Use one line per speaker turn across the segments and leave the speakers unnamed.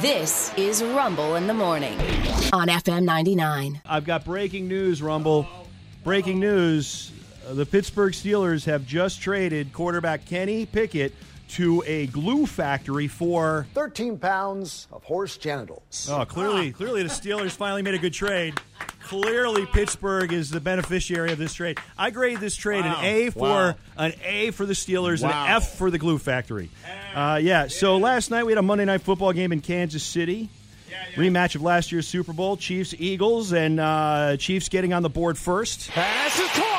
This is Rumble in the Morning on FM 99.
I've got breaking news, Rumble. Breaking news. Uh, The Pittsburgh Steelers have just traded quarterback Kenny Pickett to a glue factory for.
13 pounds of horse genitals.
Oh, clearly,
Ah.
clearly the Steelers finally made a good trade. Clearly, Pittsburgh is the beneficiary of this trade. I grade this trade an A for
Wow.
an A for the Steelers,
Wow.
and an F for the glue factory. Uh, yeah. So last night we had a Monday night football game in Kansas City. Rematch of last year's Super Bowl, Chiefs Eagles, and uh, Chiefs getting on the board first.
Pass is caught.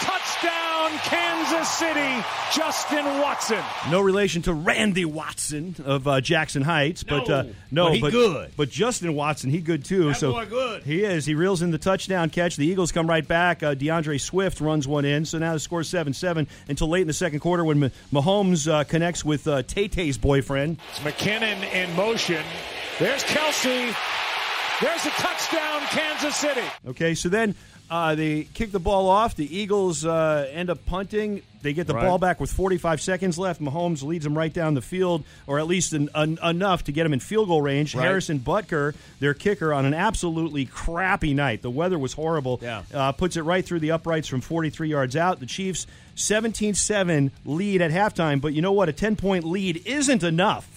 Touchdown, Kansas City. Justin Watson.
No relation to Randy Watson of uh, Jackson Heights, but uh, no,
But he good.
But Justin Watson, he good too.
That
so
boy good.
He is. He reels in the touchdown catch. The Eagles come right back. Uh, DeAndre Swift runs one in. So now the score's seven seven until late in the second quarter when Ma- Mahomes uh, connects with uh, Tay Tay's boyfriend.
It's McKinnon in motion. There's Kelsey. There's a touchdown, Kansas City.
Okay, so then uh, they kick the ball off. The Eagles uh, end up punting. They get the
Right.
ball back with 45 seconds left. Mahomes leads them right down the field, or at least en- en- enough to get them in field goal range.
Right.
Harrison Butker, their kicker, on an absolutely crappy night. The weather was horrible.
Yeah.
Uh, puts it right through the uprights from 43 yards out. The Chiefs 17 7 lead at halftime, but you know what? A 10 point lead isn't enough.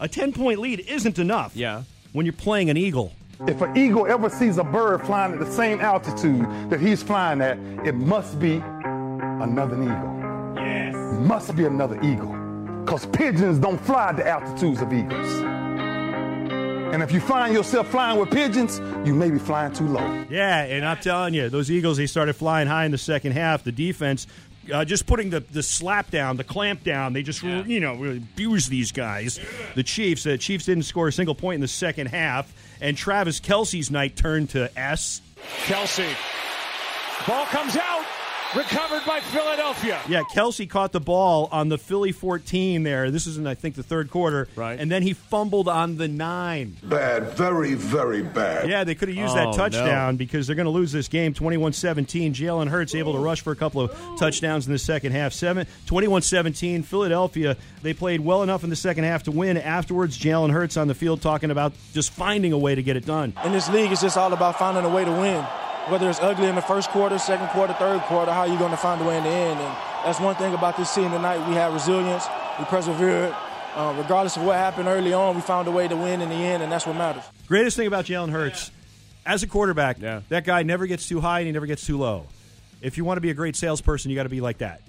A 10 point lead isn't enough
Yeah.
when you're playing an Eagle.
If an eagle ever sees a bird flying at the same altitude that he's flying at, it must be another eagle. Yes. Must be another eagle. Because pigeons don't fly at the altitudes of eagles. And if you find yourself flying with pigeons, you may be flying too low.
Yeah, and I'm telling you, those Eagles, they started flying high in the second half. The defense, uh, just putting the, the slap down, the clamp down, they just, you know, really abused these guys. The Chiefs, the Chiefs didn't score a single point in the second half, and Travis Kelsey's night turned to S.
Kelsey. Ball comes out. Recovered by Philadelphia.
Yeah, Kelsey caught the ball on the Philly 14 there. This is in, I think, the third quarter.
Right.
And then he fumbled on the nine.
Bad, very, very bad.
Yeah, they could have used
Oh,
that
no.
touchdown because they're going to lose this game 21 17. Jalen Hurts able to rush for a couple of touchdowns in the second half. 21 17. Philadelphia, they played well enough in the second half to win. Afterwards, Jalen Hurts on the field talking about just finding a way to get it done.
In this league, it's just all about finding a way to win. Whether it's ugly in the first quarter, second quarter, third quarter, how you going to find a way in the end? And that's one thing about this team tonight. We had resilience. We persevered. Uh, regardless of what happened early on, we found a way to win in the end, and that's what matters.
Greatest thing about Jalen Hurts, as a quarterback,
Yeah.
that guy never gets too high and he never gets too low. If you want to be a great salesperson, you got to be like that.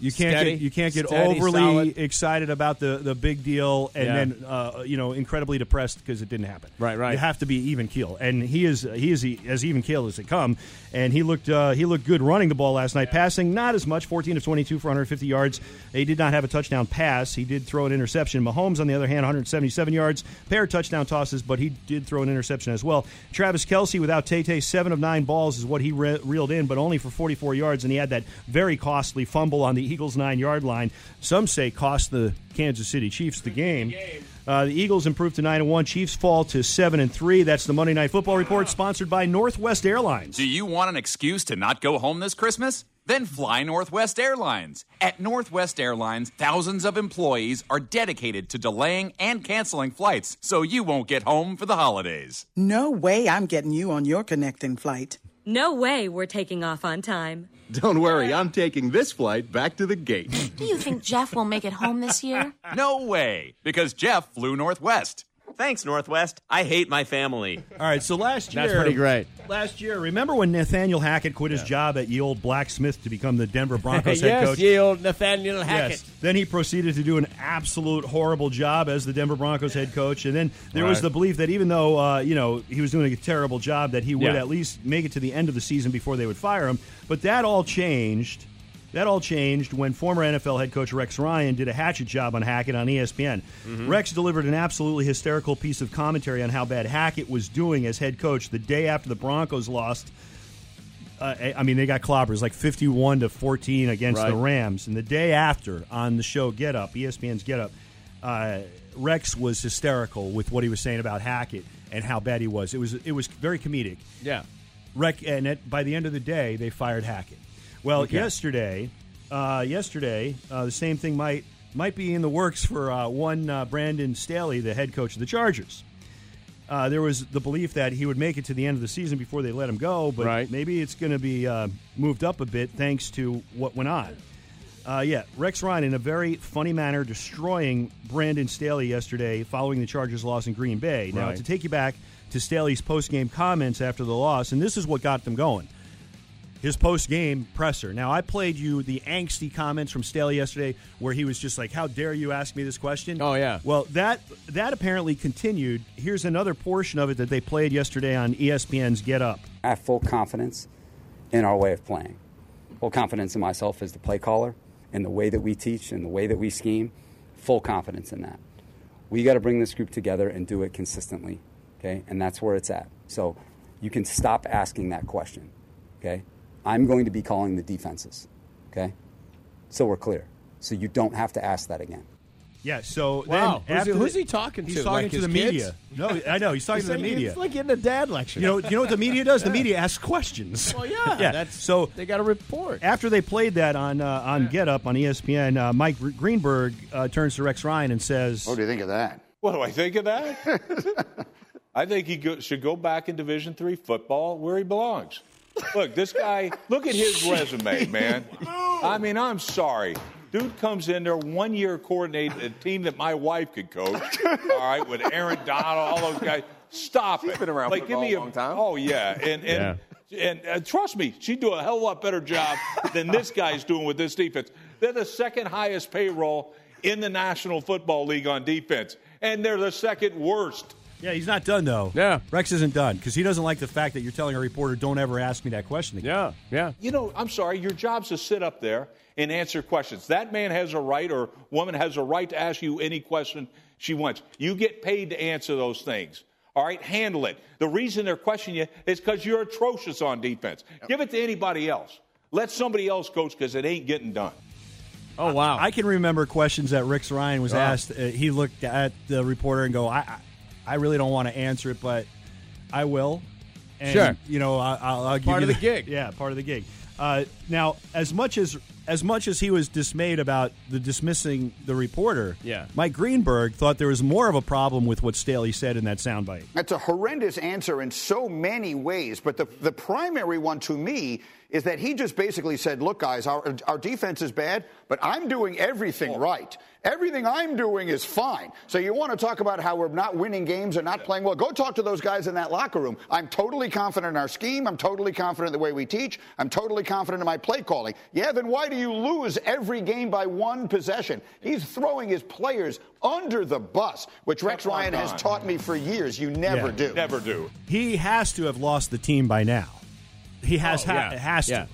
You can't
Steady.
get you can't get
Steady,
overly
solid.
excited about the, the big deal and
Yeah.
then uh, you know incredibly depressed because it didn't happen.
Right, right.
You have to be even keel, and he is he is as even keel as they come. And he looked uh, he looked good running the ball last night, passing not as much, fourteen of twenty two for one hundred fifty yards. He did not have a touchdown pass. He did throw an interception. Mahomes, on the other hand, one hundred seventy seven yards, pair of touchdown tosses, but he did throw an interception as well. Travis Kelsey without Tay Tay, seven of nine balls is what he re- reeled in, but only for forty four yards, and he had that very costly fumble on the Eagles nine yard line. Some say cost the Kansas City Chiefs the game. Uh, the Eagles improve to nine and one. Chiefs fall to seven and three. That's the Monday Night Football report, sponsored by Northwest Airlines.
Do you want an excuse to not go home this Christmas? Then fly Northwest Airlines. At Northwest Airlines, thousands of employees are dedicated to delaying and canceling flights so you won't get home for the holidays.
No way I'm getting you on your connecting flight.
No way we're taking off on time.
Don't worry, I'm taking this flight back to the gate.
Do you think Jeff will make it home this year?
No way, because Jeff flew Northwest.
Thanks, Northwest. I hate my family.
All right, so last year
That's pretty great.
Last year, remember when Nathaniel Hackett quit his job at Ye Old Blacksmith to become the Denver Broncos head
yes,
coach?
ye old Nathaniel Hackett.
Yes. Then he proceeded to do an absolute horrible job as the Denver Broncos head coach, and then there was
Right.
the belief that even though uh, you know he was doing a terrible job, that he would
Yeah.
at least make it to the end of the season before they would fire him. But that all changed. That all changed when former NFL head coach Rex Ryan did a hatchet job on Hackett on E ESPN.
Mm-hmm.
Rex delivered an absolutely hysterical piece of commentary on how bad Hackett was doing as head coach the day after the Broncos lost uh, I- I mean, they got clobbers like 51 to 14 against
Right.
the Rams. And the day after on the show Get Up, E ESPN's Get Up, uh, Rex was hysterical with what he was saying about Hackett and how bad he was. It was it was very comedic.
Yeah.
Rec- and at, by the end of the day, they fired Hackett. Well, yesterday, uh, yesterday, uh, the same thing might might be in the works for uh, one uh, Brandon Staley, the head coach of the Chargers. Uh, there was the belief that he would make it to the end of the season before they let him go, but maybe it's going to be uh, moved up a bit thanks to what went on. Uh, yeah, Rex Ryan in a very funny manner destroying Brandon Staley yesterday following the Chargers' loss in Green Bay. Now,
Right.
to take you back to Staley's post-game comments after the loss, and this is what got them going his post game presser. Now, I played you the angsty comments from Staley yesterday, where he was just like, "How dare you ask me this question?" Oh yeah. Well, that that apparently continued. Here's another portion of it that they played yesterday on E ESPN's Get Up.
I have full confidence in our way of playing. Full confidence in myself as the play caller and the way that we teach and the way that we scheme. Full confidence in that. We got to bring this group together and do it consistently, okay? And that's where it's at. So you can stop asking that question, okay? I'm going to be calling the defenses, okay? So we're clear. So you don't have to ask that again.
Yeah. So
Wow.
then
Who's he-
after
who's
the-
he talking
he's
to?
talking
Like
to
his
the media.
kids?
No, I know he's talking to the media.
It's like getting a dad lecture.
You know, you know what the media does? The media asks questions.
Well, yeah, that's-
so
they got to report.
After they played that on uh, on Get Up on ESPN, uh, Mike Gr- Greenberg uh, turns to Rex Ryan and says, "What do you think of that?"
What do I think of that? I think he go, should go back in Division Three football where he belongs. Look, this guy. Look at his resume, man. I mean, I'm sorry. Dude comes in there one year coordinating a team that my wife could coach. all right, with Aaron Donald, all those guys. Stop it.
been around
like, give me
football a long time.
Oh yeah, and and and uh, trust me, she'd do a hell of a lot better job than this guy's doing with this defense. They're the second highest payroll in the National Football League on defense, and they're the second worst.
Yeah, he's not done though. Yeah, Rex isn't done because he doesn't like the fact that you're telling a reporter, "Don't ever ask me that question." Again. Yeah, yeah.
You know, I'm sorry, your job's to sit up there and answer questions. That man has a right or woman has a right to ask you any question she wants. You get paid to answer those things. All right, handle it. The reason they're questioning you is because you're atrocious on defense. Give it to anybody else. Let somebody else coach because it ain't getting done.
Oh wow! I, I can remember questions that Rex Ryan was
Wow.
asked. Uh, he looked at the reporter and go, "I, I, I really don't want to answer it, but I will." And,
Sure.
You know, I, I'll, I'll give
Part
you
of the gig.
Yeah, part of the gig. Uh, now, as much as as much as he was dismayed about the dismissing the reporter,
Yeah.
Mike Greenberg thought there was more of a problem with what Staley said in that soundbite.
That's a horrendous answer in so many ways, but the, the primary one to me is that he just basically said, look, guys, our, our defense is bad, but I'm doing everything right. Everything I'm doing is fine. So you want to talk about how we're not winning games or not playing well? Go talk to those guys in that locker room. I'm totally confident in our scheme. I'm totally confident in the way we teach. I'm totally confident in my play calling. Yeah, then why do you lose every game by one possession? He's throwing his players under the bus, which Rex Ryan has
on.
taught me for years. You never
Yeah.
do.
Never do.
He has to have lost the team by now. He has
Oh,
ha-
yeah.
has
Yeah.
to.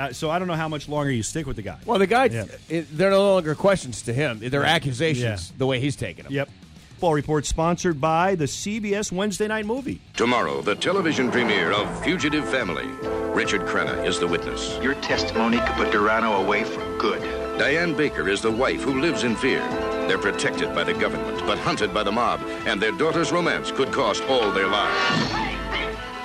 Uh, so I don't know how much longer you stick with the guy.
Well, the guy,
Yeah.
it, they're no longer questions to him. They're
Yeah.
accusations,
Yeah.
the way he's taking them.
Yep. Football report sponsored by the CBS Wednesday Night Movie.
Tomorrow, the television premiere of Fugitive Family. Richard Crenna is the witness. Your testimony could put Durano away for good. Diane Baker is the wife who lives in fear. They're protected by the government, but hunted by the mob, and their daughter's romance could cost all their lives.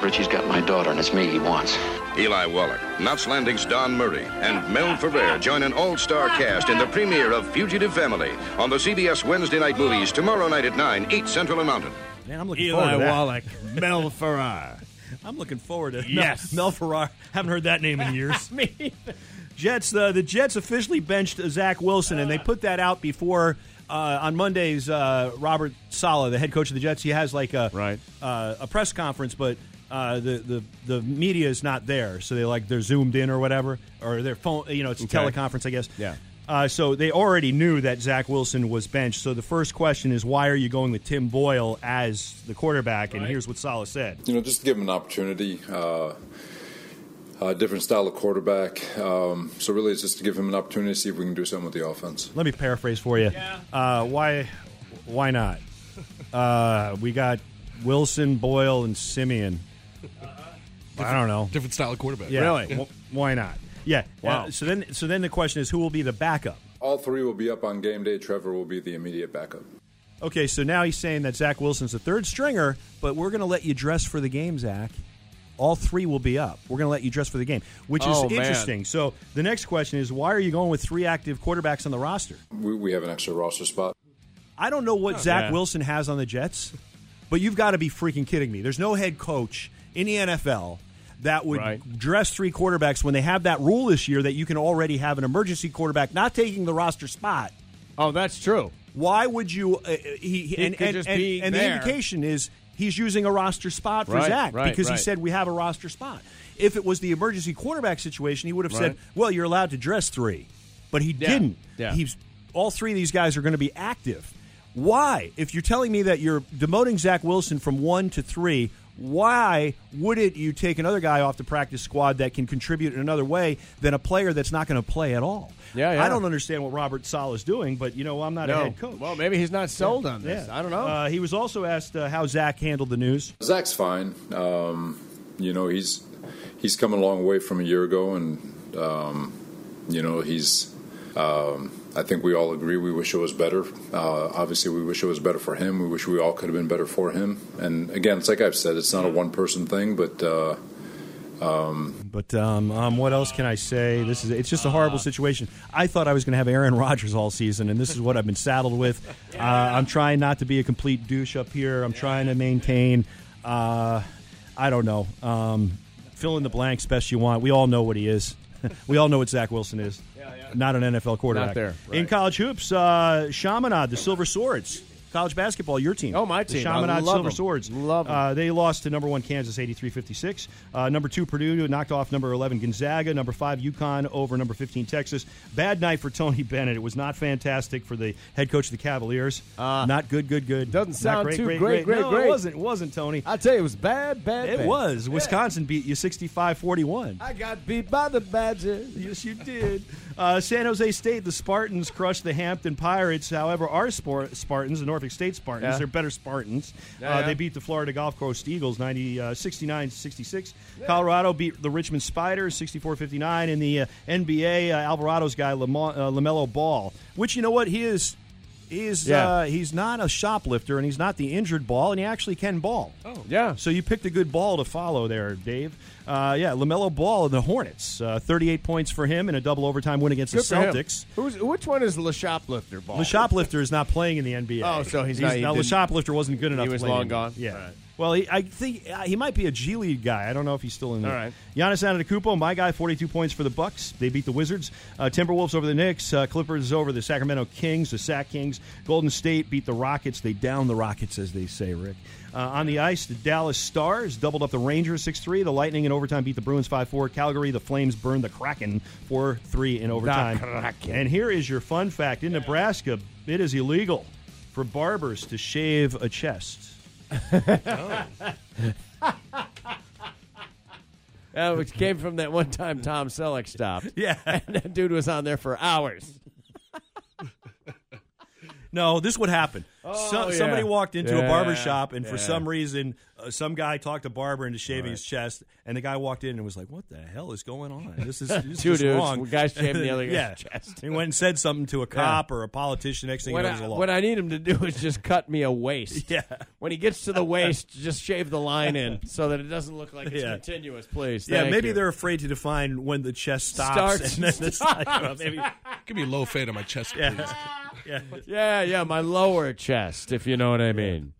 Richie's got my daughter, and it's me he wants.
Eli Wallach, Knots Landing's Don Murray, and Mel Ferrer join an all star cast in the premiere of Fugitive Family on the CBS Wednesday night movies tomorrow night at 9, 8 Central and Mountain.
Man, I'm looking
Eli
forward to that.
Wallach, Mel Ferrar.
I'm looking forward to
Yes.
Mel, Mel Ferrar. Haven't heard that name in years. Me. Jets. uh, The the Jets officially benched Zach Wilson, and they put that out before uh, on Monday's uh, Robert Sala, the head coach of the Jets. He has like a right. uh, a press conference, but. Uh, the, the the media is not there, so they like they're zoomed in or whatever, or their phone. You know, it's
Okay.
a teleconference, I guess.
Yeah.
Uh, so they already knew that Zach Wilson was benched. So the first question is, why are you going with Tim Boyle as the quarterback? And here's what Sala said.
You know, just give him an opportunity. Uh, a different style of quarterback. Um, so really, it's just to give him an opportunity to see if we can do something with the offense.
Let me paraphrase for you. Uh, why, why not? Uh, we got Wilson, Boyle, and Simeon. I don't know.
Different style of quarterback.
Yeah.
Really?
Wh- why not? Yeah.
Wow.
Uh, so then, so then the question is, who will be the backup?
All three will be up on game day. Trevor will be the immediate backup.
Okay, so now he's saying that Zach Wilson's the third stringer, but we're going to let you dress for the game, Zach. All three will be up. We're going to let you dress for the game, which
Oh,
is
man.
interesting. So the next question is, why are you going with three active quarterbacks on the roster?
We, we have an extra roster spot.
I don't know what Zach
yeah.
Wilson has on the Jets, but you've got to be freaking kidding me. There's no head coach in the NFL that would dress three quarterbacks when they have that rule this year that you can already have an emergency quarterback not taking the roster spot.
Oh, that's true.
Why would you? Uh, uh, he,
He
and
could
and,
just
and-
be
and the
there.
indication is he's using a roster spot for
Right,
Zach
right,
because
right.
he said we have a roster spot. If it was the emergency quarterback situation, he would have said,
Right.
"Well, you're allowed to dress three. but he didn't.
yeah.
He's all three of these guys are going to be active. Why? If you're telling me that you're demoting Zach Wilson from one to three, why wouldn't you take another guy off the practice squad that can contribute in another way than a player that's not going to play at all?
Yeah, yeah.
I don't understand what Robert Sala is doing, but you know I'm not
No.
a head coach.
Well, maybe he's not sold on this.
Yeah.
I don't know.
Uh, he was also asked uh, how Zach handled the news.
Zach's fine. Um, you know, he's he's come a long way from a year ago, and um, you know, he's. Um, I think we all agree we wish it was better. Uh, obviously, we wish it was better for him. We wish we all could have been better for him. And again, it's like I've said, it's not a one-person thing, but. Uh, um,
But um, um, what else can I say? This is it's just a horrible situation. I thought I was going to have Aaron Rodgers all season, and this is what I've been saddled with. Uh, I'm trying not to be a complete douche up here. I'm trying to maintain. Uh, I don't know. Um, fill in the blanks best you want. We all know what he is. we all know what Zach Wilson is. Not an NFL quarterback.
Not there,
In college hoops, uh, Chaminade, the Silver Swords. College basketball, your team.
Oh, my
The
team. I
Chaminade
love
Silver
them.
Swords. Love uh, They lost to number one Kansas, 83-56. Uh, number two Purdue knocked off number 11 Gonzaga. Number five UConn over number 15 Texas. Bad night for Tony Bennett. It was not fantastic for the head coach of the Cavaliers. not good, good, good. Doesn't
Uh, sound
great,
too
great,
great, great,
no,
great.
It wasn't. It wasn't Tony.
I tell you, it was bad, bad.
It
bad.
was. Wisconsin beat you 65-41.
I got beat by the Badgers.
Yes, you did. Uh, San Jose State, the Spartans crushed the Hampton Pirates. However, our Spar- Spartans, the Norfolk State Spartans,
Yeah.
they're better Spartans.
Yeah,
uh,
yeah.
They beat the Florida Gulf Coast Eagles 90, uh, 69 66. Colorado beat the Richmond Spiders 64 59. And the uh, NBA, uh, Alvarado's guy, Lamont, uh, LaMelo Ball, which, you know what, he is. He is
Yeah.
uh, he's not a shoplifter and he's not the injured ball and he actually can ball. Oh
yeah.
So you picked a good ball to follow there, Dave. Uh, yeah, Lamelo Ball and the Hornets. Uh, Thirty-eight points for him in a double overtime win against
Good
the
for him.
Celtics.
Who's, which one is Le Shoplifter ball?
The shoplifter is not playing in the NBA.
Oh, so he's not- he
now, the
didn't-
shoplifter wasn't good enough.
was
to play in
long
the-
gone?
Yeah.
All right.
Well, he, I think uh, he might be a G League guy. I don't know if he's still in there.
All right.
Giannis Antetokounmpo, my guy, 42 points for the Bucks. They beat the Wizards. Uh, Timberwolves over the Knicks. Uh, Clippers over the Sacramento Kings, the Sac Kings. Golden State beat the Rockets. They down the Rockets, as they say, Rick. Uh, on the ice, the Dallas Stars doubled up the Rangers 6 3. The Lightning in overtime beat the Bruins 5 4. Calgary, the Flames burned the Kraken 4 3 in overtime.
Kraken.
And here is your fun fact in Nebraska, it is illegal for barbers to shave a chest.
Uh, which came from that one time Tom Selleck stopped.
Yeah.
And that dude was on there for hours.
No, this would happen.
Oh,
So-
yeah.
Somebody walked into a
Yeah,
barber shop, and for
yeah.
some reason, uh, some guy talked a barber into shaving his chest, and the guy walked in and was like, "What the hell is going on? This is this
Two
is
dudes,
wrong."
one guy shaving the other guy's
yeah.
chest.
He went and said something to a cop or a politician. Next thing you
What
know, he's
I,
a law.
what I need him to do is just cut me a waist. Yeah. When he gets to the waist, just shave the line in so that it doesn't look like it's
Yeah.
continuous, please.
yeah,
Thank
maybe
you.
they're afraid to define when the chest stops.
Starts.
and then it's like, maybe
Give me a low fade on my chest, please.
yeah.
Yeah, yeah, my lower chest, if you know what I mean.